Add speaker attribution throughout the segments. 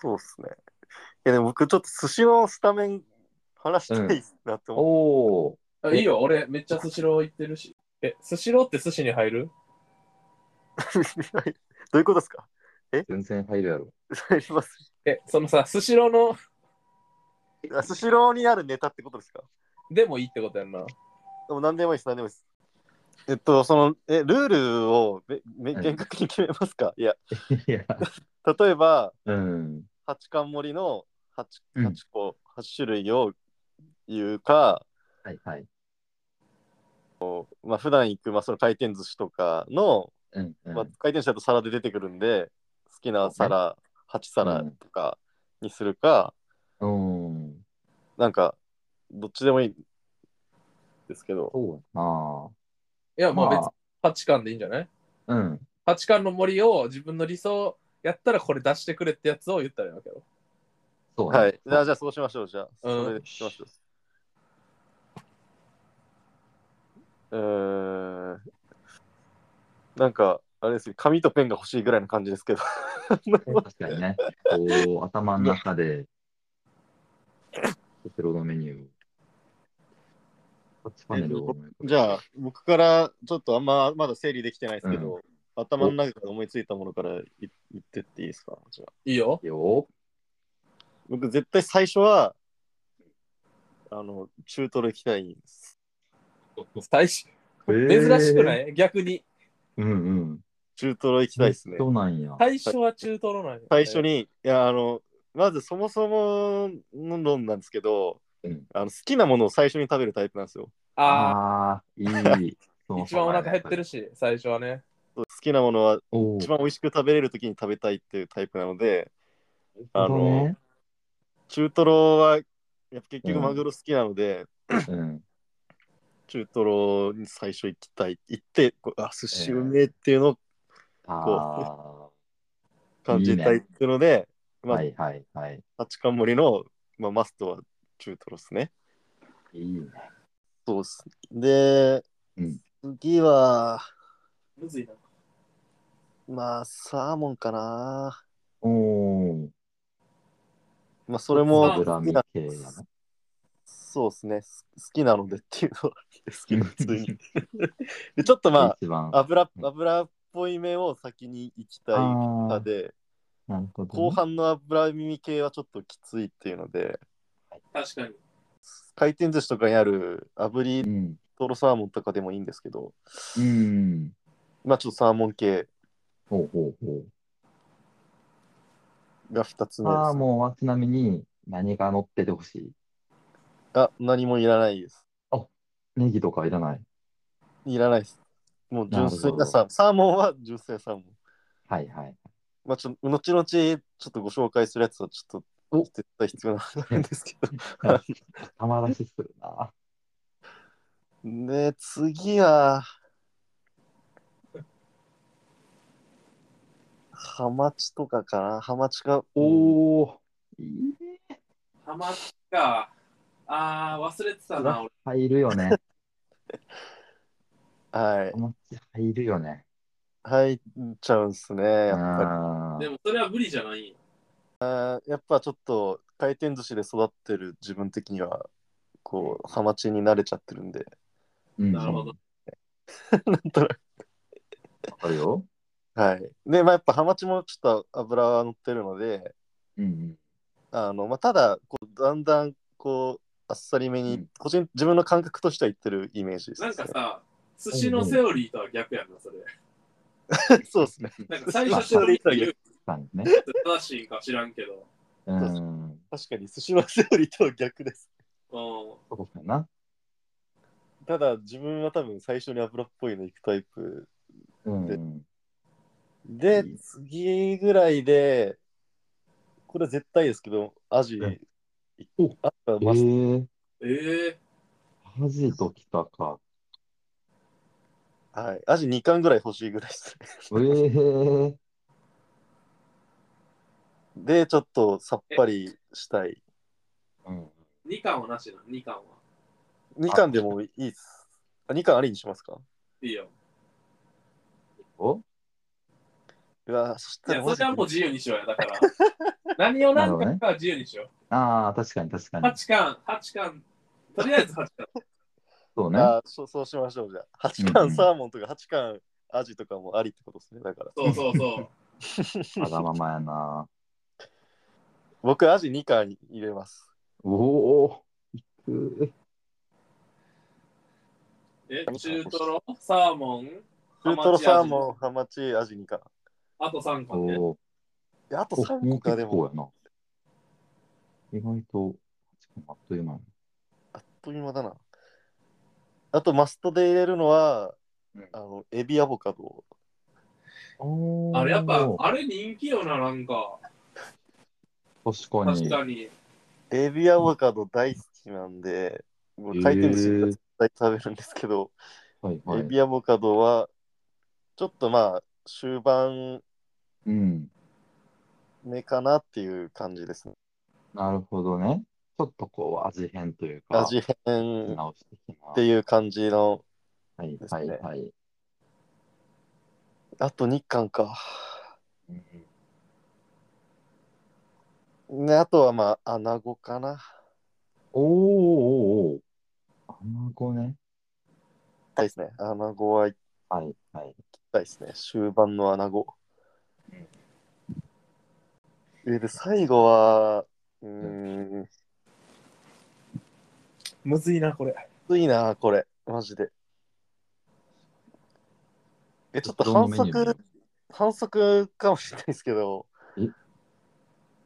Speaker 1: そうっすね。いやでも僕ちょっと寿司のスタメン話したいなって思っ
Speaker 2: おお。
Speaker 3: あいいよ、俺、めっちゃスシロー行ってるし。え、スシローって寿司に入る
Speaker 1: て、どういうことですか
Speaker 2: 全然入るやろ。
Speaker 1: あ ります
Speaker 3: え、そのさ、スシローの
Speaker 1: あスシローにあるネタってことですか
Speaker 3: でもいいってことやんな。
Speaker 1: でも何でもいいです、何でもいいです。えっと、その、え、ルールをめめ
Speaker 2: うん
Speaker 1: 厳格に決めますか、いや、
Speaker 2: いや。
Speaker 1: 例えば、
Speaker 2: うん。
Speaker 1: 八冠盛りの 8,
Speaker 2: うん
Speaker 1: 八個、八種類を言うか、
Speaker 2: はいはい。
Speaker 1: まあ、普段行く、まあ、その回転寿司とかの、
Speaker 2: うん、うん。
Speaker 1: まあ、回転寿司だと皿で出てくるんで、好きな皿、8皿とかにするか、
Speaker 2: うん。
Speaker 1: なんか、どっちでもいいですけど、
Speaker 2: そうやな。
Speaker 3: いや、まあ別に
Speaker 2: ま
Speaker 3: 八巻でいいんじゃない
Speaker 2: あ、うん。
Speaker 3: 八巻の森を自分の理想やったらこれ出してくれってやつを言ったらいいわけよ。
Speaker 2: そうやな
Speaker 1: はい。じゃあ、じゃあそうしましょう。じゃあ、
Speaker 3: うん
Speaker 1: それでしましょう。うーん。なんか、あれですよ、紙とペンが欲しいぐらいの感じですけど。
Speaker 2: 確かにね。こう、頭の中で、スシローのメニューを。こっちパネルを思い浮か べ
Speaker 1: じゃあ、僕からちょっとあんままだ整理できてないですけど、頭の中で思いついたものからい言ってっていいですかじゃあ
Speaker 3: いいよ。
Speaker 2: てよ。
Speaker 1: 僕、絶対最初は、あの、中トロ行きたいんです。
Speaker 3: 最初珍しくないい逆に。
Speaker 2: うんうん。
Speaker 1: 中トロ行きたいですね。
Speaker 2: そうなんや。
Speaker 3: 最初は中トロなんや。
Speaker 1: 最初。に、いや、あの、まずそもそもの論なんですけど、
Speaker 2: うん
Speaker 1: あの好きなものを最初に食べるタイプなんですよ。
Speaker 3: あ
Speaker 2: ああ、いい。
Speaker 3: あ、
Speaker 2: そう
Speaker 3: 一番お腹減ってる。し、最初はね。
Speaker 1: そう好きなものは
Speaker 2: お
Speaker 1: 一番美味しく食べれるときに食べたいっていうタイプなので、
Speaker 2: あ
Speaker 1: あの、
Speaker 2: の、
Speaker 1: 中トロはやっぱ結
Speaker 2: う
Speaker 1: 局
Speaker 2: ん
Speaker 1: マグロ好きなので、
Speaker 2: うん。
Speaker 1: 中トロに最初行きたい行ってこうあ寿司
Speaker 2: えー
Speaker 1: うめえっていうのを
Speaker 2: あ
Speaker 1: 感じたいっていうので、
Speaker 2: あ、
Speaker 1: ま
Speaker 2: は
Speaker 1: あ、
Speaker 2: いはいはい。
Speaker 1: 八冠盛りの、まあ、マストは中トロですね。
Speaker 2: いいね。
Speaker 1: そうっす。で、
Speaker 2: うん
Speaker 1: 次は、
Speaker 3: むずいな。
Speaker 1: まあ、サーモンかな。
Speaker 2: おお。
Speaker 1: まあ、それも
Speaker 3: サーモン
Speaker 1: 好
Speaker 2: 脂
Speaker 1: き
Speaker 2: 身
Speaker 1: な、
Speaker 2: 系やな。
Speaker 1: そうですね。す好きなのでっていうのは好き な、普通に。で、ちょっとま
Speaker 2: 一番。
Speaker 1: あ、
Speaker 2: あ
Speaker 1: 油、
Speaker 2: うん
Speaker 1: 油っぽい目を先に行きたい派
Speaker 2: あー、
Speaker 1: で、
Speaker 2: なるほどね。
Speaker 1: 後半の油耳系はちょっときついっていうので、
Speaker 3: 確かに。
Speaker 1: 回転寿司とかにある炙
Speaker 2: う
Speaker 1: り
Speaker 2: ん。
Speaker 1: トロサーモンとかでもいいんですけど、
Speaker 2: うん。
Speaker 1: まあ、ちょっとサーモン系
Speaker 2: ほうほうほう。
Speaker 1: が2つ目で
Speaker 2: サー
Speaker 1: す。
Speaker 2: モンはちなみに何が乗っててほしい
Speaker 1: あ、何もいらないです。
Speaker 2: ネギとかいらない。
Speaker 1: いらないです。もう純粋なサーモン。サーモンは純粋なサーモン。
Speaker 2: はいはい。
Speaker 1: まあ、ちょっと後々ちょっとご紹介するやつはちょっと絶対必要なんですけど。
Speaker 2: たまらしするな。
Speaker 1: で、次は、ハマチとかかな。ハマチが、
Speaker 2: おお。いいね。
Speaker 3: ハマチか。ああ、忘れてたな、俺。
Speaker 2: 入るよね。
Speaker 1: はい
Speaker 2: お、餅入るよね。
Speaker 1: 入っちゃうんすね。やっぱ
Speaker 2: あ
Speaker 3: でもそれは無理じゃないんや
Speaker 1: り。やっぱちょっと回転寿司で育ってる自分的には、こう、ハマチに慣れちゃってるんで。
Speaker 2: ー。
Speaker 3: なるほど
Speaker 2: うん。
Speaker 1: なんとなく。
Speaker 2: わかるよ。
Speaker 1: はい。で、まあやっぱハマチもちょっと油が乗ってるので、
Speaker 2: うん
Speaker 1: あの、まあ、ただこうだんだんこうあっさりめに、
Speaker 2: うん
Speaker 1: 個人自分の感覚としてはいってるイメージです、ね、
Speaker 3: なんかさ、寿司のセオリーとは逆やんな、それ。
Speaker 1: そうですね
Speaker 3: なんか最初セオリーって言う
Speaker 2: うん。ね。
Speaker 3: 正しいんか知らんけど。
Speaker 2: うん。
Speaker 1: 確かに寿司のセオリーとは逆です
Speaker 3: うん。
Speaker 2: そうかな。
Speaker 1: ただ自分は多分最初に油っぽいの行くタイプ
Speaker 2: うん。
Speaker 1: で、
Speaker 2: うん
Speaker 1: 次ぐらいでこれは絶対ですけどアジ、
Speaker 2: うん
Speaker 1: おあとは
Speaker 2: ええ
Speaker 1: マスター
Speaker 2: ー、
Speaker 3: ええ
Speaker 2: アジときたか。
Speaker 1: はい、アジ2巻ぐらい欲しいぐらいですね
Speaker 2: ええー、
Speaker 1: でちょっとさっぱりしたい
Speaker 2: うん。
Speaker 3: 2巻はなしな、2巻は。
Speaker 1: 2巻でもいいですあ2巻ありにしますか
Speaker 3: いいよ。
Speaker 2: お
Speaker 1: うわそし
Speaker 3: い
Speaker 1: た
Speaker 3: や、
Speaker 1: ら
Speaker 3: そ
Speaker 1: マジで
Speaker 3: れ はもう自由にしようや、だから。何を何巻かは自由にしよ
Speaker 2: ああ、確かに確か
Speaker 3: う。
Speaker 2: に。
Speaker 3: 8巻、8巻、とりあえず8巻。
Speaker 2: そうね。
Speaker 1: あーそうそうしましょう、じゃあ。8
Speaker 2: うんう
Speaker 1: 巻
Speaker 2: ん
Speaker 1: サーモンとか8巻アジとかもありってことですね。だから。
Speaker 3: そうそうそう。
Speaker 2: わがままやな。
Speaker 1: 僕、アジ2巻入れます。
Speaker 2: おおー、いく。
Speaker 3: え、中トロ、サーモ
Speaker 1: ウ
Speaker 3: ン、
Speaker 1: ルトラサー
Speaker 3: ン。
Speaker 1: モン、ハマチ、アジ2巻。
Speaker 3: あと3
Speaker 2: お
Speaker 3: 巻ね。
Speaker 2: お
Speaker 1: であと
Speaker 2: ー、お
Speaker 1: 3個か、でも。
Speaker 2: 結構やな。意外と、あっという間。
Speaker 1: あっという間だな。あと、マストで入れるのは
Speaker 2: うん、
Speaker 1: あの、エビアボカド。
Speaker 2: お
Speaker 3: あれやっぱ、あれ人気よな、なんか。
Speaker 2: 確か
Speaker 3: 確
Speaker 2: に。
Speaker 3: かに。
Speaker 1: エビアボカド大好きなんで、僕回転寿司絶対食べるんですけど、
Speaker 2: はいは
Speaker 1: エ
Speaker 2: い。
Speaker 1: ビアボカドは、ちょっとまあ、終盤
Speaker 2: うん。
Speaker 1: 目かなっていう感じですね。
Speaker 2: なるほどね。ちょっとこう、味変というか、
Speaker 1: 味変っ
Speaker 2: 直してきな。
Speaker 1: ていう感じの、
Speaker 2: はい
Speaker 1: です
Speaker 2: はい
Speaker 1: ね
Speaker 2: はい。
Speaker 1: あと2巻か。
Speaker 2: うん
Speaker 1: ね、あとはまあ、アナゴかな。
Speaker 2: おーおーおー。アナゴね。
Speaker 1: たいですね。アナゴは行き
Speaker 2: はいはい。
Speaker 1: たいですね。終盤のアナゴ。えで、最後は、うーん、
Speaker 3: むずいな、これ。
Speaker 1: ついな、これ。マジで。え、ちょっと
Speaker 2: どの
Speaker 1: 反
Speaker 2: メニュー
Speaker 1: 則、反則かもしれないですけど
Speaker 2: え、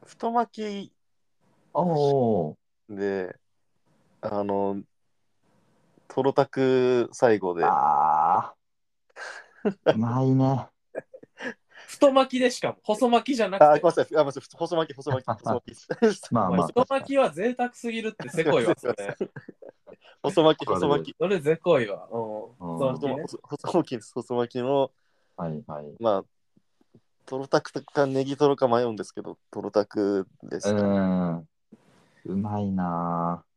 Speaker 1: 太巻き
Speaker 2: おお
Speaker 1: で、あの、トロタク最後で
Speaker 2: ー。、ああ。うまいね。
Speaker 3: 太巻きでしかも、細巻きじゃな
Speaker 1: あ、ご
Speaker 3: く
Speaker 1: めんな。さ
Speaker 3: て
Speaker 1: い。あ、ごめんなさい。細巻き、細 巻き、細巻き。
Speaker 2: まあまあ。
Speaker 3: 太巻きは贅沢すぎるって せこいわ、それ。
Speaker 1: 細巻き、細巻き。
Speaker 3: それぜこいわ。うん。
Speaker 2: うん
Speaker 3: 太巻き
Speaker 1: 細
Speaker 3: ね。
Speaker 1: 巻きです。細巻きの、
Speaker 2: はいはい。
Speaker 1: まあ、トロタクかネギトロか迷うんですけど、トロタクです
Speaker 2: う
Speaker 1: ね。
Speaker 2: ん。うまいなぁ。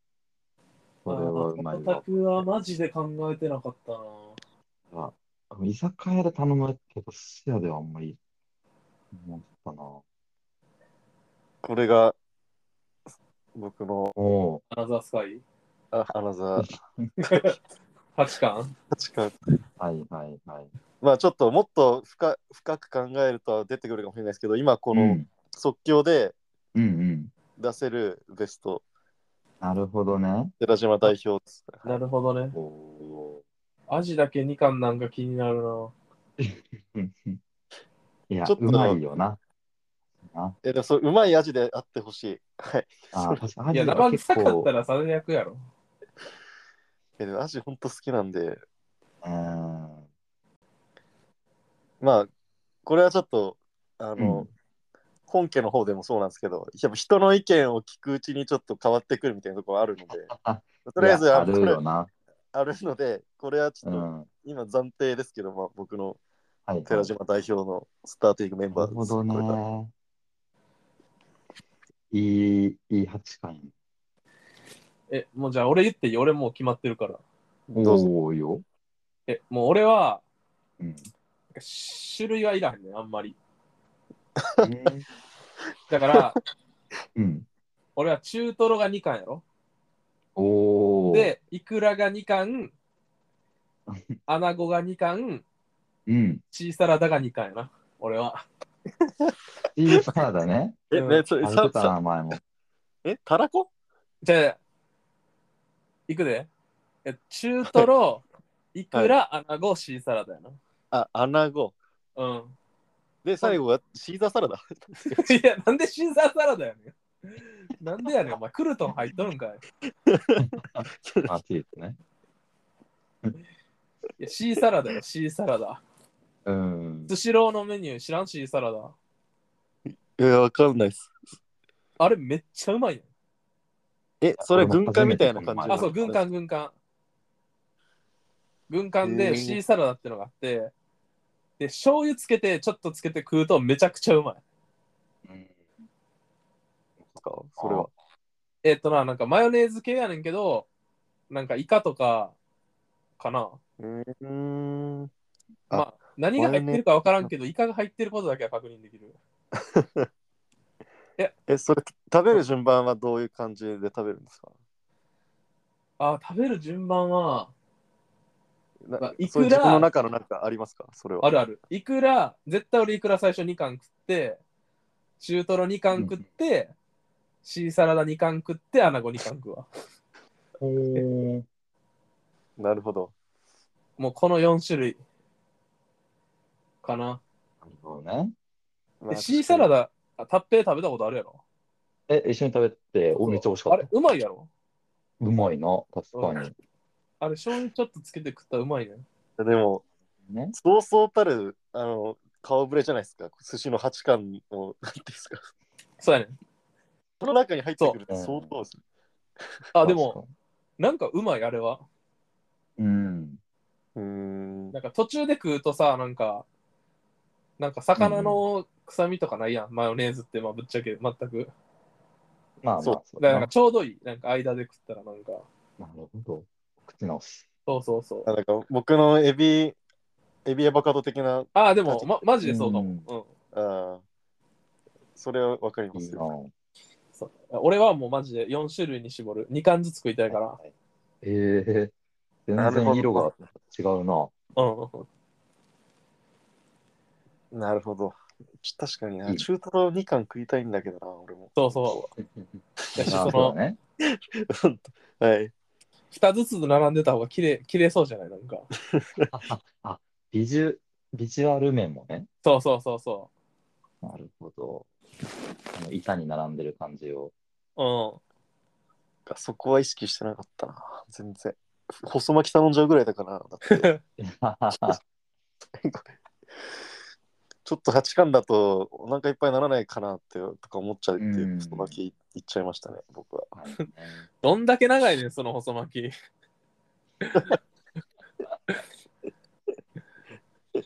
Speaker 2: これはうまい
Speaker 3: あ
Speaker 2: わ
Speaker 3: ート。ロタクはマジで考えてなかったな。
Speaker 2: 居酒屋で頼むけど、寿司屋ではあんまり、思ったなぁ。
Speaker 1: これが、僕の
Speaker 2: おお
Speaker 3: アナザースカイ
Speaker 1: あアナザー
Speaker 3: ?8 巻
Speaker 1: 八巻。
Speaker 2: ー。はいはいはい。
Speaker 1: まあちょっともっと深深く考えると出てくるかもしれないですけど、今こ
Speaker 2: う
Speaker 1: の
Speaker 2: ん
Speaker 1: 即興で
Speaker 2: うんうん。
Speaker 1: 出せるベスト、
Speaker 2: なるほどね。
Speaker 1: 寺島代表です。
Speaker 3: なるほどね。
Speaker 2: おお
Speaker 3: アジだけ2巻なんか気になるな。
Speaker 2: ー。いや、
Speaker 1: ちょっと
Speaker 2: うまいよな。あ
Speaker 1: えでもそううまい味であってほしい。はい。
Speaker 2: あー、確かに。
Speaker 3: いや、
Speaker 2: アジ
Speaker 3: 生
Speaker 2: は
Speaker 3: 臭
Speaker 2: 結
Speaker 3: かっ
Speaker 2: 構
Speaker 3: た、ら最悪やろ。
Speaker 1: えでも味ほんと好きなんで、
Speaker 2: うん。
Speaker 1: まあ、これはちょっと、あの、
Speaker 2: うん
Speaker 1: 本家の方でもそうなんですけど、やっぱ人の意見を聞くうちにちょっと変わってくるみたいなところあるので、
Speaker 2: あ
Speaker 1: とりあえ
Speaker 2: い
Speaker 1: ず
Speaker 2: や
Speaker 1: あ
Speaker 2: あ
Speaker 1: の
Speaker 2: る
Speaker 1: これ
Speaker 2: よな。
Speaker 1: あるので、これはちょ
Speaker 2: う
Speaker 1: っと、
Speaker 2: ん。
Speaker 1: 今暫定ですけど、まあ、僕の
Speaker 2: はいはい。
Speaker 1: 寺島代表のスターティングメン
Speaker 2: な
Speaker 1: バ
Speaker 2: る
Speaker 1: ー
Speaker 2: ほ
Speaker 1: です。
Speaker 2: ど
Speaker 1: これが
Speaker 2: ね。いい、いい八回。
Speaker 3: え、もうじゃあ俺言っていい俺もう決まってるから。
Speaker 1: どうぞ
Speaker 2: おーよ。
Speaker 3: え、もう俺は、
Speaker 2: うん。
Speaker 3: 種類はいらんねん、あんまり。だから、
Speaker 2: うん。
Speaker 3: 俺は中トロが2巻やろ。
Speaker 2: おー。、
Speaker 3: で、イクラが2巻、 アナゴが2巻、
Speaker 2: うん。
Speaker 3: シーサラダが2巻やな。俺は。
Speaker 2: チーズサラダね。
Speaker 1: え、ね、そ
Speaker 2: あ
Speaker 1: れ、
Speaker 2: れ
Speaker 1: さ、
Speaker 2: た
Speaker 1: さ、
Speaker 2: 名前も。
Speaker 1: え、たらこ
Speaker 3: じゃあ、いくで。え中トロ、イクラ、アナゴ、シーサラダやな。
Speaker 1: あ、アナゴ。
Speaker 3: うん。
Speaker 1: で、最後はシーザーサラダ。
Speaker 3: いや、なんでシーザーサラダやねん。なんでやねん、お前、クルトン入っとるんかい。
Speaker 2: あ、チーズね。
Speaker 3: いや、シーサラダよ、シーサラダ。
Speaker 2: うん。
Speaker 3: スシローのメニュー知らんシーサラダ。
Speaker 1: いや、わかんないです。
Speaker 3: あれ、めっちゃうまいね
Speaker 1: え、それ軍艦みたいな感
Speaker 2: あ
Speaker 1: じ
Speaker 3: ん。あ、そう、軍艦、軍艦。軍艦でシーサラダってのがあって、で、醤油つけて、ちょっとつけて食うとめちゃくちゃうまい。
Speaker 1: か。それは。
Speaker 3: えっ、とな、なんかマヨネーズ系やねんけど、なんかイカとか、かな。
Speaker 1: うーん。あ
Speaker 3: まあ、何が入ってるか分からんけど、イカが入ってることだけは確認できる。
Speaker 1: え、それ食べる順番はどういう感じで食べるんですか
Speaker 3: あ食べる順番は
Speaker 1: な
Speaker 3: まあいくら
Speaker 1: そういう自分の中のなんかありますかそれは。
Speaker 3: あるあるいくら絶対俺いくら最初2貫食って中トロ2貫食って、シーサラダ2貫食ってアナゴ2貫食うわ
Speaker 2: ほー
Speaker 1: なるほど。
Speaker 3: もうこの4種類かな
Speaker 2: なるほどね。
Speaker 1: まあ
Speaker 3: えシーサラ。ダあタッペー食べたことあるやろ
Speaker 2: え、一緒に食べて、お、めっちゃ美味しか
Speaker 3: あ
Speaker 2: っ
Speaker 3: れ
Speaker 2: た。
Speaker 3: うまいやろ
Speaker 2: うまいな、確かに。
Speaker 3: あれ醤油ちょっとつけて食ったらうまいね
Speaker 1: 確かにでも、
Speaker 2: ね。
Speaker 1: そうそうたる、あの、顔ぶれじゃないですか。寿司の八貫の、なんていうんですか。
Speaker 3: そうやねん
Speaker 1: その中に入ってくるって
Speaker 2: そう
Speaker 1: 相当ですね。
Speaker 3: あでもなんかうまいあれは
Speaker 2: 確かに。うん。
Speaker 1: うーん。
Speaker 3: なんか途中で食うとさ、なんか、なんか魚の臭みとかないやん、マヨネーズって、まあぶっちゃけ全く。
Speaker 2: まあまあ、
Speaker 1: そう
Speaker 2: そ
Speaker 3: だから
Speaker 2: な
Speaker 3: なんかちょうどいい、なんか間で食ったらなんか、
Speaker 2: なるほど。口直し。
Speaker 3: そうそうそう
Speaker 1: あ。なんか僕のエビ、エビアボカド的な、
Speaker 3: ああ、でも、ま、マジでそうかも。
Speaker 2: うん
Speaker 3: うん
Speaker 1: あーそれはわかりま
Speaker 2: いい
Speaker 1: す
Speaker 2: な
Speaker 1: よ。
Speaker 3: そう俺はもうマジで4種類に絞る。2貫ずつ食いたいから。
Speaker 2: ええ
Speaker 1: な
Speaker 2: 全
Speaker 1: るほ
Speaker 2: 然
Speaker 1: ど
Speaker 2: 色が違うな。
Speaker 3: うん。
Speaker 1: なるほど。ち確かにな、
Speaker 2: うん
Speaker 1: 中トロ2貫食いたいんだけどな、俺も。
Speaker 3: そうそう。だし、
Speaker 2: な
Speaker 3: そ
Speaker 2: るほ
Speaker 3: の
Speaker 2: ど、ね。
Speaker 1: はい。
Speaker 3: 2つずつ並んでた方が綺麗、綺麗そうじゃないなんか。
Speaker 2: あ、ビジュ、ビジュアル面もね。
Speaker 3: そうそうそうそ
Speaker 2: なるほど。あの板に並んでる感じ を。
Speaker 3: う。うん。
Speaker 1: かそこは意識してなかったな。全然。細巻き頼んじゃうぐらいだからな。だ ってちょっと八巻だとお腹いっぱいならないかなってとか思っちゃうっていううん細巻きいっちゃいましたね、僕 は。
Speaker 2: はいね
Speaker 3: どんだけ長いねん、その細巻き。
Speaker 2: じ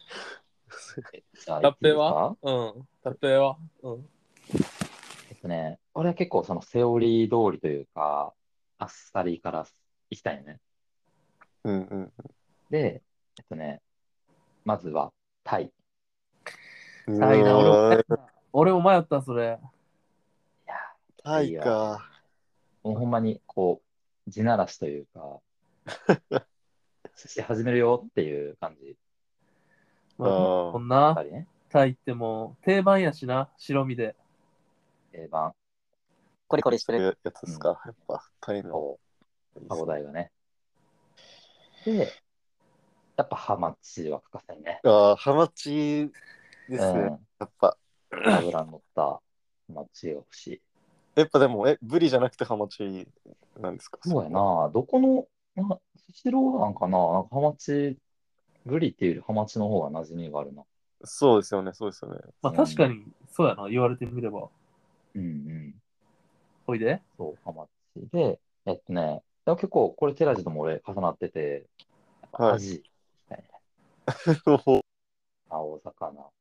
Speaker 2: ゃあ
Speaker 3: ラッペ
Speaker 2: いいですか
Speaker 3: はうん。タッペはうん。
Speaker 2: えっとね、俺は結構そのセオリー通りというか、あっさりからいきたいよね。
Speaker 1: うんうん。
Speaker 2: で、えっとね、まずはタイ。
Speaker 1: う
Speaker 3: タイだ俺も
Speaker 1: わー
Speaker 3: 俺も迷った、それ。
Speaker 2: いや
Speaker 1: タイか。
Speaker 2: もうほんまにこう、地ならしという か、そして始めるよっていう感じ、
Speaker 3: まあ
Speaker 1: うん
Speaker 3: こん
Speaker 2: やっ
Speaker 3: な
Speaker 2: ぱりね、
Speaker 3: タイってもう定番やしな、白身で。
Speaker 2: 定番
Speaker 1: コリコリしてるやつですか。やっぱタイの。
Speaker 2: と歯応えがね。で、やっぱハマチは欠かせんね。
Speaker 1: ああ、ハマチですね。
Speaker 2: うん、
Speaker 1: やっぱ。
Speaker 2: 脂乗ったハマチが欲し
Speaker 1: やっぱでも、え、ブリじゃなくてハマチなんですか
Speaker 2: い。そうや。な、どこの、なスシローなんかな、なんかハマチ、ブリっていうよりハマチの方が馴染みがあるな。
Speaker 1: そうですよね、そうですよね。
Speaker 3: まあ
Speaker 2: うん
Speaker 3: 確かにそうやな、言われてみれば。
Speaker 2: うんうん。
Speaker 3: ほいで。
Speaker 2: そう、ハマチ。で、えっとね、でも結構、これ、テラジとも俺、重なってて、やっぱ
Speaker 1: はい
Speaker 2: アジ、青魚。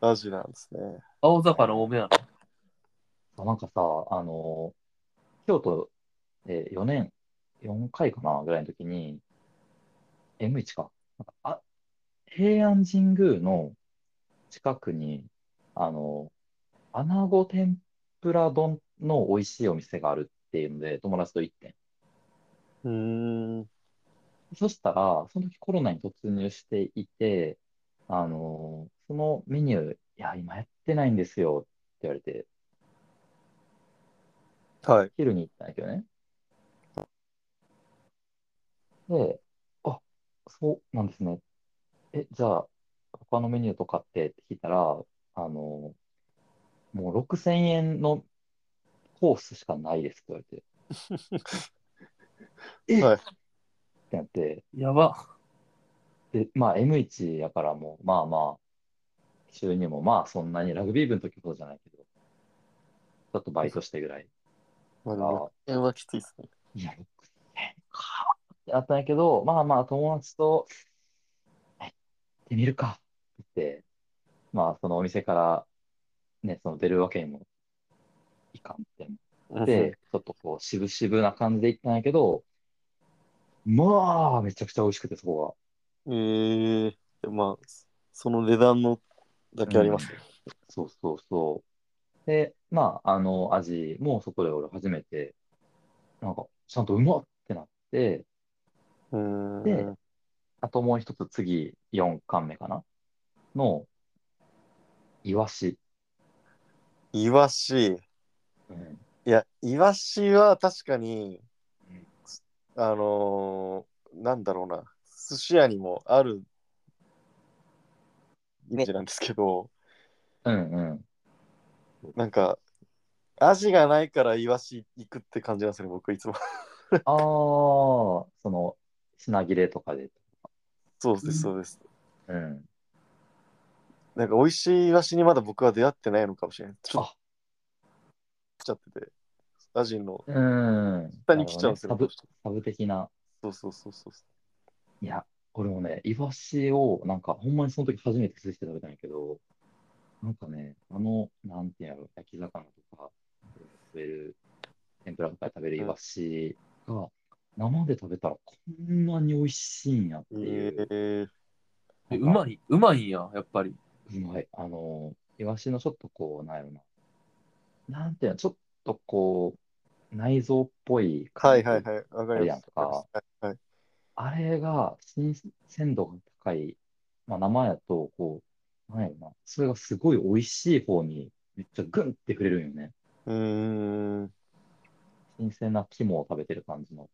Speaker 1: アジなんですね。
Speaker 3: 青魚多めやな。
Speaker 2: あなんかさ、あのー京都で4年、4回かな、ぐらいの時に、M1 か。なんかあ、平安神宮の近くに、あのー、穴子天ぷら丼の美味しいお店があるっていうので、友達と行ってん
Speaker 1: うーん。
Speaker 2: そしたら、その時コロナに突入していて、あのーそのメニュー、いや、今やってないんですよって言われて、
Speaker 1: はい。
Speaker 2: 昼に行ったんだけどね。で、あ、そうなんですね。え、じゃあ、他のメニューとかってって聞いたら、あのーもう6000円のコースしかないですって言わ
Speaker 1: は
Speaker 2: れて、え
Speaker 1: い
Speaker 2: ってなって、
Speaker 3: やば。
Speaker 2: で、まあ M1 やからもう、まあまあ、収入もまあそんなに、ラグビー部の時ほどじゃないけど、ちょっとバイトしてぐらい。
Speaker 1: まあで
Speaker 2: あ
Speaker 1: も、これはきついですね。
Speaker 2: いや、6000かってあったんやけど、まあまあ友達と、はい行ってみるかって、まあそのお店から、ね、その出るわけにもいかんって
Speaker 1: うん
Speaker 2: で、ちょっとこう、渋々な感じで行ったんやけど、まあ、めちゃくちゃ美味しくて、そこ
Speaker 1: え
Speaker 2: が。
Speaker 1: ー、まあ、その値段のだけありますね。
Speaker 2: そうそうそで、まあ、あの、味もそこで俺初めて、なんか、ちゃんとうまっってなって、
Speaker 1: うん。
Speaker 2: で、あともう一つ次、4巻目かなの、イワシ。
Speaker 1: イワシ。
Speaker 2: うん。
Speaker 1: いや、イワシは確かに
Speaker 2: うん、
Speaker 1: あのーなんだろうな、寿司屋にもあるイメージなんですけど、
Speaker 2: うん うん。
Speaker 1: なんか、味がないからイワシ行くって感じなんですよね、僕いつも。
Speaker 2: ああ、その、品切れとかで。
Speaker 1: そうです、そうです。
Speaker 2: うん。
Speaker 1: なんか、美味しいイワシにまだ僕は出会ってないのかもしれない。ちょっと
Speaker 2: あ、
Speaker 1: 来ちゃってて、アジの、
Speaker 2: うん。
Speaker 1: 下に来ちゃうんですよ
Speaker 2: なるほどねサブ、サブ的な。
Speaker 1: そうそうそうそう。
Speaker 2: いや、俺もね、イワシを、なんか、ほんまにその時初めて寿司で食べたんやけど、なんかね、あの、なんていうんやろ、焼き魚とか、食べる、天ぷらとかで食べるイワシが、生で食べたらこんなに美味しいんやっていう。
Speaker 1: えー、
Speaker 3: えうまい、うまいんや、やっぱり。
Speaker 2: うまい。あの、イワシのちょっとこう、なんやろな。なんていうの、ちょっとこう、内臓っぽい感
Speaker 1: はい
Speaker 2: じ
Speaker 1: はいはい、わかります。
Speaker 2: あるやんか
Speaker 1: はいはい。
Speaker 2: あれが新鮮度が高い、まあ、生やと、こう、なんやろな、それがすごい美味しい方にめっちゃグンって触れるんよね。
Speaker 1: うーん。
Speaker 2: 新鮮な肝を食べてる感じの。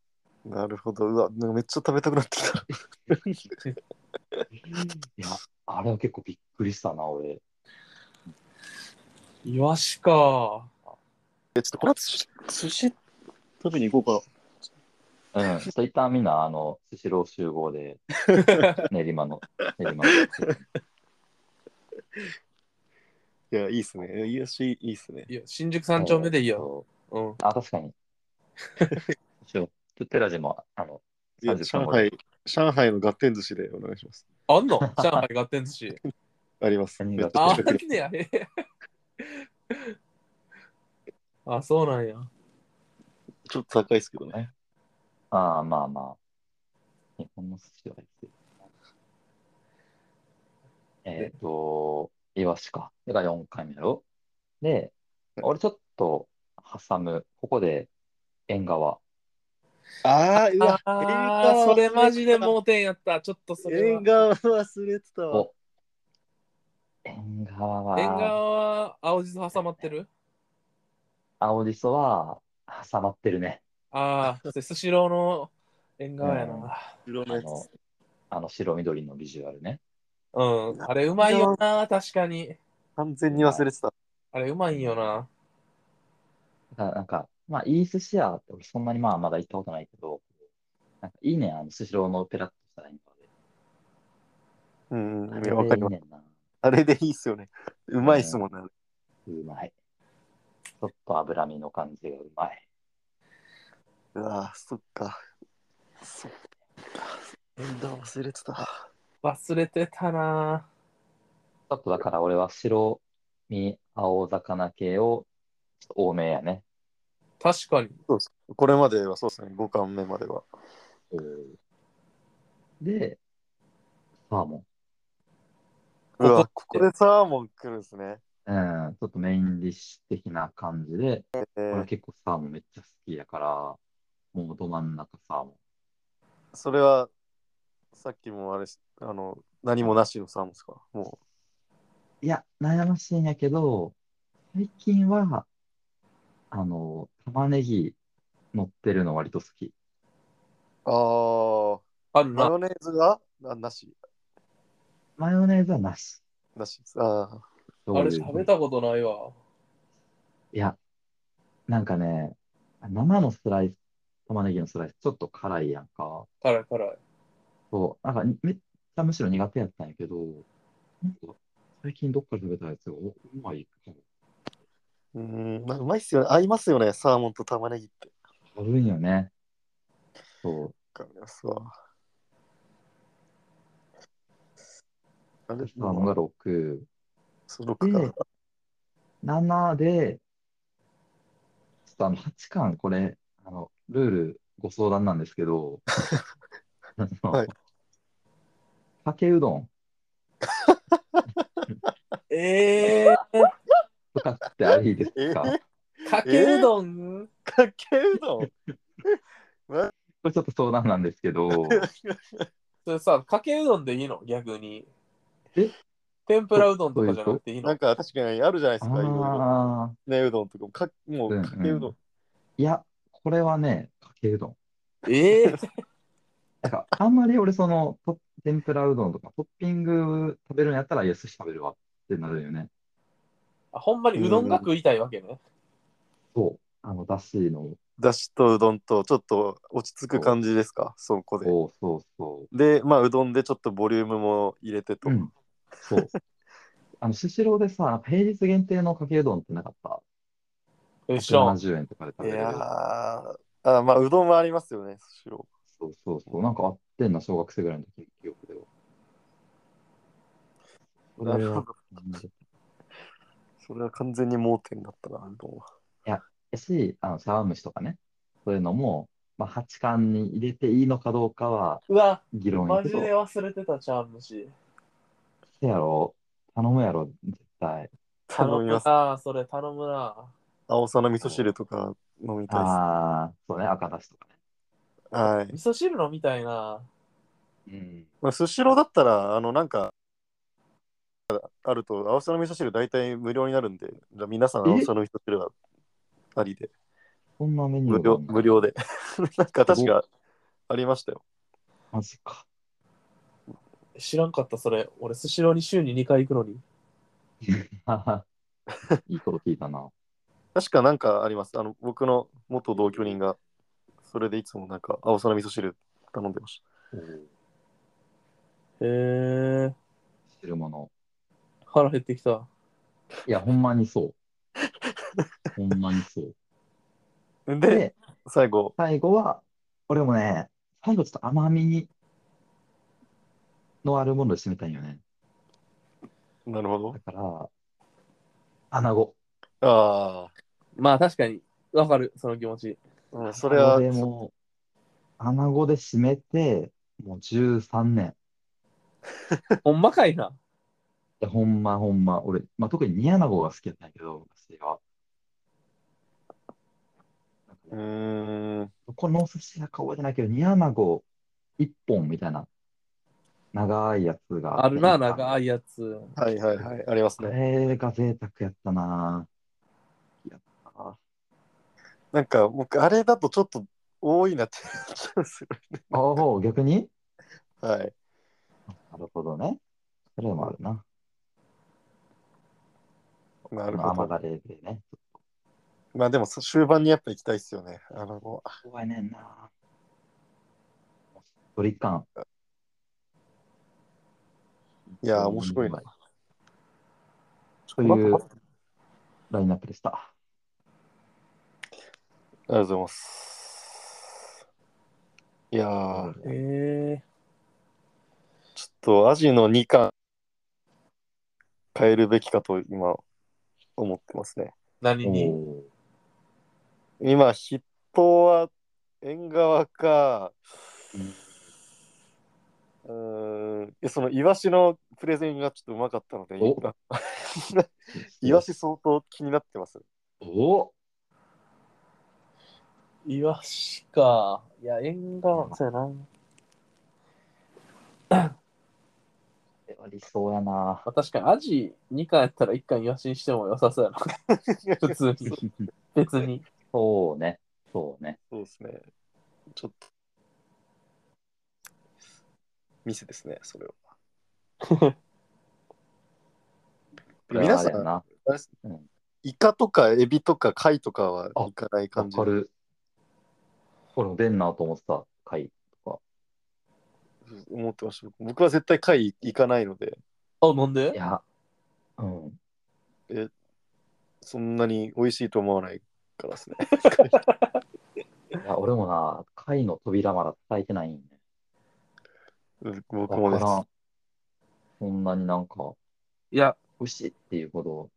Speaker 1: なるほど。うわ、なんかめっちゃ食べたくなってきた。
Speaker 2: いや、あれは結構びっくりしたな、俺。
Speaker 3: イワシか。
Speaker 1: え、ちょっとこの後寿司、寿司食べに行こう
Speaker 2: うん。ちょっと一旦みんな、あの、スシロー集合 で、練馬の、練馬の。
Speaker 1: かな。いや、いいっすね。いや、し、いいっすね。
Speaker 3: いや、新宿三丁目でいいよ。
Speaker 2: よ。
Speaker 3: うん。
Speaker 2: あ、確か に。ちょっとテラジも、あの、
Speaker 1: いや
Speaker 2: 30
Speaker 1: 上
Speaker 2: 分後に
Speaker 1: 海、上海のガッテン寿司でお願いします。
Speaker 3: あんの上海合点 寿司。
Speaker 1: あります。
Speaker 2: 何が
Speaker 1: め
Speaker 3: あ
Speaker 1: っちゃ
Speaker 3: あん ねや。へえあ、そうなんや。
Speaker 1: ちょっと高いっすけどね。
Speaker 2: ああ、まあまあ。日本の寿司は安い。えっと、イワシか。だから4回目だろ。で、俺ちょっと挟む。ここで、縁側。
Speaker 1: ああ、う
Speaker 3: あ
Speaker 1: わ、
Speaker 3: あー、それマジで盲点やった。ちょっとそれ
Speaker 1: 縁
Speaker 3: は。
Speaker 1: 側忘れてたわ。
Speaker 2: お縁側は、
Speaker 3: 縁側は青じそ挟まってる
Speaker 2: 青じそは挟まってるね。
Speaker 3: ああ、それスシローの縁側やな。
Speaker 1: 白の
Speaker 2: あ
Speaker 1: や
Speaker 2: の
Speaker 1: つ。、
Speaker 2: あの白緑のビジュアルね。
Speaker 3: うん。あれうまいよな、確かに。
Speaker 1: 完全に忘れてた。
Speaker 3: あれうまいんよな。
Speaker 2: だからなんか、まあ、いい寿司屋って俺そんなにまあまだ行ったことないけど、なんかいいね、あの、スシローのペラッとしたラインとかで。
Speaker 1: うんう
Speaker 2: あ
Speaker 1: ん、い
Speaker 2: れ
Speaker 1: や、わか
Speaker 2: い
Speaker 1: り
Speaker 2: い
Speaker 1: ます。
Speaker 2: ねんな。
Speaker 1: あれでいいっすよね。うまいっすもんね。
Speaker 2: うまい。ちょっと脂身の感じがうまい。
Speaker 1: うわ、そっか。そっか。縁側忘れてた。
Speaker 3: 忘れてたな。
Speaker 2: ちょっとだから俺は白身、青魚系をちょっと多めやね。
Speaker 3: 確かに。
Speaker 1: これまではそうですね、5巻目までは。
Speaker 2: で、サーモ
Speaker 1: うわ、
Speaker 3: こ
Speaker 1: こ
Speaker 3: こ
Speaker 1: こ
Speaker 3: で
Speaker 1: でサーモン来るんですね。
Speaker 2: ン。うん、ちょっとメインディッシュ的な感じで、
Speaker 1: え
Speaker 2: 俺
Speaker 1: ー、
Speaker 2: 結構サーモンめっちゃ好きやから、もうど真ん中サーモン。
Speaker 1: それは、さっきもあれし、あの、何もなしのサーモンですかも
Speaker 2: いや、悩ましいんやけど、最近は、あの、玉ねぎ乗ってるの割と好き。
Speaker 1: う。あ
Speaker 3: あ
Speaker 1: あ、
Speaker 3: る
Speaker 1: マ
Speaker 3: な。
Speaker 1: ヨネーズがあなし。
Speaker 2: マヨネーズはなし。
Speaker 1: なしです。あ
Speaker 3: あれ
Speaker 2: 醤
Speaker 3: 食
Speaker 2: 油
Speaker 3: べたことないわ。
Speaker 2: いや、なんかね、生のスライス、玉ねぎのスライス、ちょっと辛いやんか。
Speaker 3: 辛い辛い。
Speaker 2: そう、なんかにめっちゃむしろ苦手やったんやけど、なんか最近どっかで食べたやつがおうまいか
Speaker 1: ー
Speaker 2: も。
Speaker 1: うん、なんかうまいっすよね。合いますよね、サーモンと玉ねぎって。
Speaker 2: あるんよね。そう。
Speaker 1: わかりますわ。あれ
Speaker 2: そしたらのが6。
Speaker 1: その6
Speaker 2: で
Speaker 1: か。
Speaker 2: 7で、ちょっとあの8巻、これ、あの、ルールご相談なんです けど、あの
Speaker 1: はい
Speaker 2: かけうどん。
Speaker 3: ええ
Speaker 2: とかってありです
Speaker 1: え
Speaker 2: か
Speaker 1: ー
Speaker 2: こ
Speaker 3: かけうどん、
Speaker 1: かけうどん
Speaker 2: れちょっと相談なんですけど、
Speaker 3: それさ、かけうどんでいいの逆に。
Speaker 2: え
Speaker 3: 天ぷらうどんとかじゃなくていい
Speaker 1: な
Speaker 3: の
Speaker 1: んか確かにあるじゃないですか、いろいろ。
Speaker 2: ああ、
Speaker 1: ねうどんとかも、かもうかけうどん。
Speaker 2: いや、これはね、かけうどん。
Speaker 3: ええー、
Speaker 2: なんか、あんまり俺、その、トッ天ぷらうどんとか、トッピング食べるんやったら、いや、寿司食べるわってなるよね。
Speaker 3: あほんまにうどんが食いたいわけね。
Speaker 2: そう。あの、だしの、
Speaker 1: だしとうどんと、ちょっと落ち着く感じですか、そこで。
Speaker 2: そうそうそ
Speaker 1: で、まあ、うどんでちょっとボリュームも入れてと。
Speaker 2: う。うん。そう。あの、スシローでさ、平日限定のかけうどんってなかった
Speaker 3: え、知らん。
Speaker 2: ?170 円とかで食
Speaker 1: い
Speaker 2: べれる
Speaker 1: やー。あまあ、うどんはありますよね、スシロ
Speaker 2: そうそうそう。なんかあってんな、小学生ぐらいの時の記憶では。
Speaker 1: ー。
Speaker 2: これ
Speaker 1: な
Speaker 2: は
Speaker 1: るほど。それは完全に盲点だったな、うどんは。
Speaker 2: やし、あの、茶碗蒸しとかね、そういうのも、まあ、八冠に入れていいのかどうかは
Speaker 3: うわ、
Speaker 2: 議論や
Speaker 3: マ
Speaker 2: け
Speaker 3: ジ
Speaker 2: ど、
Speaker 3: で忘れてた、チャームシ。
Speaker 2: せやろ、頼むやろ、絶対。
Speaker 1: 頼みます。
Speaker 3: ああ、それ頼むな。
Speaker 1: 青さの味噌汁とか飲みたいです。
Speaker 2: ああ、そうね、赤だしとかね。
Speaker 1: はい
Speaker 3: 味。噌汁飲みたいな。
Speaker 2: うん。
Speaker 1: まあ、スシローだったら、あの、なんか、あると、青さの味噌汁大体無料になるんで、じゃあ皆さん
Speaker 2: え
Speaker 1: 青さの味噌汁はありで、
Speaker 2: そんなメニュ
Speaker 1: 無
Speaker 2: ーが
Speaker 1: 料
Speaker 2: あんの
Speaker 1: 無料で。なんか確かありましたよ。
Speaker 2: マジか。
Speaker 3: 知らんかった、それ。俺、スシローに週に2回行くのに。
Speaker 2: いいこと聞いたな。
Speaker 1: 確かなんかあります。あの、僕の元同居人が、それでいつもなんか青さの味噌汁頼んでまし
Speaker 3: へえ、
Speaker 2: 汁物。
Speaker 3: 腹減ってきた。
Speaker 2: いや、ほんま にそう。ほんまにそう。
Speaker 1: た。で、
Speaker 2: で、
Speaker 1: 最後、
Speaker 2: 最後は、俺もね、最後ちょっと甘みのあるもので締めたいんよね。
Speaker 1: なるほど
Speaker 2: だ。から、穴子。
Speaker 1: あ
Speaker 3: まあ、確かに、わかる、その気持 ち。
Speaker 1: あ、うんそれは、
Speaker 2: でも、穴子で締めて、もう13年。
Speaker 3: ほんまかいな。
Speaker 2: いや、ほんまほんま。俺、まあ、特に煮穴子が好きやったんやけど、私は。なんか
Speaker 1: う
Speaker 2: ね
Speaker 1: ーん、
Speaker 2: どこのお寿司屋か覚えてないけど、煮穴子1本みたいな、長いやつが
Speaker 3: あるな、長
Speaker 2: い。
Speaker 3: いやつ。
Speaker 1: はいはいはい、あります
Speaker 2: あ
Speaker 1: ね。
Speaker 2: れが贅沢やったな。やった。
Speaker 1: なんか、僕、あれだとちょっと多いなってなっちゃうんですよね。
Speaker 2: ああ、逆に
Speaker 1: はい。
Speaker 2: なるほどね。それもあるな。
Speaker 1: なる
Speaker 2: まあ
Speaker 1: ほ
Speaker 2: 甘
Speaker 1: ど。
Speaker 2: だれでね。
Speaker 1: まあでも、そ終盤にやっぱ行きたいですよね。あの、も
Speaker 2: 怖いねんな。鳥感。
Speaker 1: ういやー、面白いな。。
Speaker 2: というラインナップでした。
Speaker 1: ありがとうございます。いやー、
Speaker 3: へえ、
Speaker 1: ちょっとアジの2巻変えるべきかと今思ってますね。
Speaker 3: 何に
Speaker 2: お
Speaker 1: 今、筆頭は縁側か、うーん、えそのイワシのプレゼンがちょっとうまかったので、
Speaker 2: お
Speaker 1: 今
Speaker 2: ー
Speaker 1: イワシ相当気になってます。
Speaker 2: お
Speaker 3: イワシか。いや、縁側、そうやな。
Speaker 2: ーありそうやな。
Speaker 3: まあ、確かにアジ2巻やったら1巻イワシにしても良さそうや な。普通に。別に。
Speaker 2: そうね。そうね。
Speaker 1: そうですね。ちょっと。ミスですね、それは。
Speaker 2: これは
Speaker 1: 皆さん
Speaker 2: あれやな。
Speaker 1: イカとかエビとか貝とかは行かない
Speaker 2: わ
Speaker 1: 感じ
Speaker 2: か。る。これも出んなと思ってた回。
Speaker 1: 思ってました。僕は絶対貝行かないので、
Speaker 3: あ、なんで
Speaker 2: いや、うん。
Speaker 1: そんなに美味しいと思わないからですね。
Speaker 2: いや、俺もな、貝の扉まだ叩いてないんね。
Speaker 1: 僕も
Speaker 2: わ
Speaker 1: です
Speaker 2: か。らん。そんなになんか、
Speaker 3: いや、
Speaker 2: 美味しいっていうほど、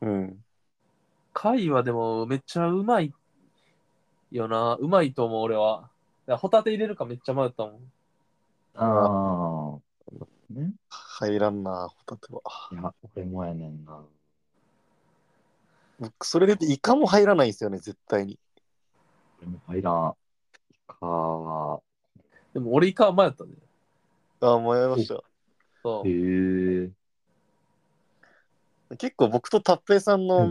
Speaker 1: うん。
Speaker 3: 貝はでもめっちゃうまいよな。うまいと思う、俺は。いやホタテ入れるかめっちゃ迷ったもん。
Speaker 2: ああ、ね。
Speaker 1: 入らんな、ホタテは。
Speaker 2: いや、俺もやねんな。
Speaker 1: 僕、それで言うとイカも入らないんですよね、絶対に。
Speaker 2: これも入らん。かは、
Speaker 3: でも俺イカは前だったんだよ。
Speaker 1: ああ、迷いました。
Speaker 3: そ
Speaker 2: へえ。
Speaker 1: 結構僕とタッペイさん
Speaker 2: う
Speaker 1: の
Speaker 2: んわ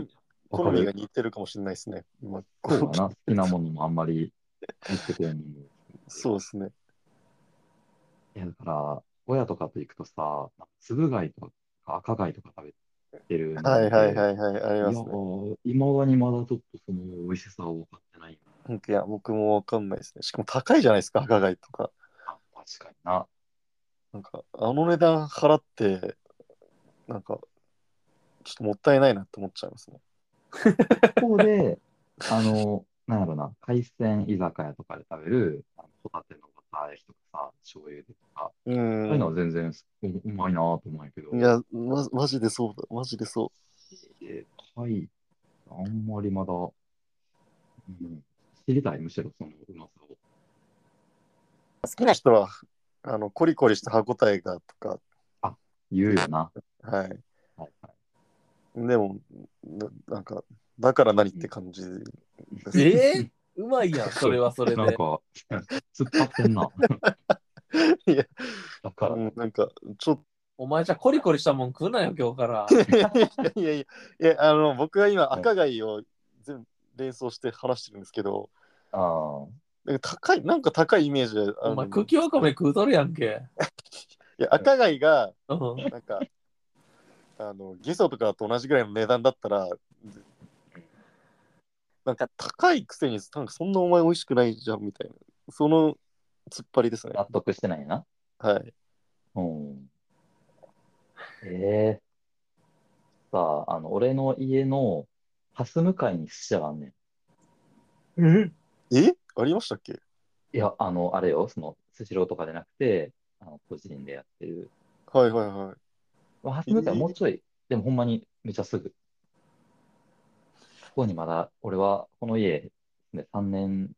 Speaker 1: 好
Speaker 2: か
Speaker 1: みが
Speaker 2: る。
Speaker 1: 似てるかもしれないですね。まあ
Speaker 2: そう だな。好きなものもあんまり 見つけてないのに。
Speaker 1: そうですね。
Speaker 2: いや、だから、親とかと行くとさ、粒貝とか赤貝とか食べてるので
Speaker 1: はいはい
Speaker 2: い
Speaker 1: はいはい、あり
Speaker 2: や
Speaker 1: ま
Speaker 2: い
Speaker 1: すね。
Speaker 2: まだにまだちょっとその美味しさを分かってない。
Speaker 1: なんかいや、僕もわかんないですね。しかも高いじゃないですか、赤貝とか。
Speaker 2: あ確かにな。
Speaker 1: なんか、あの値段払って、なんか、ちょっともったいないなって思っちゃいますね。
Speaker 2: 一方で、 あの、なんやろな、海鮮居酒屋とかで食べるあのホタテのバター焼きとかさ、醤油でとか、
Speaker 1: う
Speaker 2: そういうんの。は全然ううまいなと思うんやけど、
Speaker 1: いや、ま、マジでそうだ。マジでそ
Speaker 2: えー貝、あんまりまだ、うん、知りたい、むしろそのうまさを。
Speaker 1: う。好きな人は、あの、コリコリした歯応えがとか、
Speaker 2: 言うよな。
Speaker 1: はい。
Speaker 2: はいはい
Speaker 1: でも、ななんか、だから何って感じです
Speaker 3: う。えー、うまいやん、それはそれで。
Speaker 2: なんか、 突っ張ってんな。
Speaker 1: いや、
Speaker 2: だから、
Speaker 1: うんなんか、ちょっ
Speaker 3: お前じゃコリコリしたもん食うなよ、今日から。
Speaker 1: と、 いやいやいや、いやあの、僕は今、赤貝を全部連想して話してるんですけど、
Speaker 2: あー
Speaker 1: なんか高い、なんか高いイメージで、あ
Speaker 3: お
Speaker 1: の
Speaker 3: 前、茎わかめ食うとるやんけ。
Speaker 1: いや赤貝が、
Speaker 3: うん。
Speaker 1: なんか、あの、ゲソとかと同じぐらいの値段だったら、なんか高いくせに、なんかそんなお前美味しくないじゃんみたいな、その突っ張りですね。
Speaker 2: 納得してないな。
Speaker 1: はい。
Speaker 2: うん。ええさあ、あの、俺の家の蓮向かいに寿司屋があんねん。
Speaker 3: うん
Speaker 1: えありましたっけ
Speaker 2: いや、あの、あれよ、その、スシローとかじゃなくて、あの個人でやってる。
Speaker 1: はいはいはい。
Speaker 2: まあ、蓮向かいもうちょい、でもほんまにめちゃすぐ。ここにまだ、俺はこの家、ね、3年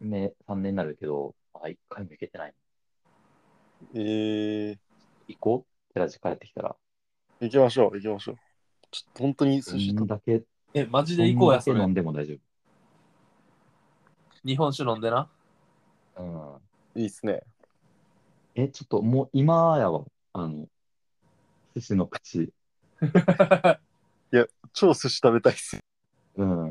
Speaker 2: 目、3年になるけど、まあ、1回も行けてない。
Speaker 1: えー、
Speaker 2: 行こう寺地帰ってきたら。
Speaker 1: 行きましょう、行きましょう。ちょっと本当に寿司
Speaker 2: ど
Speaker 1: 食
Speaker 2: んだけ、
Speaker 3: え、マジ
Speaker 2: ど
Speaker 3: で行こうんや、
Speaker 2: だけ
Speaker 3: それ
Speaker 2: 飲。んでも大丈
Speaker 3: 日本酒飲んでな。
Speaker 2: 夫。うん。
Speaker 1: べいいっすね。
Speaker 2: え、ちょっともう今やわ、あの、寿司の口。
Speaker 1: 超寿司食べたいっす。
Speaker 2: うん。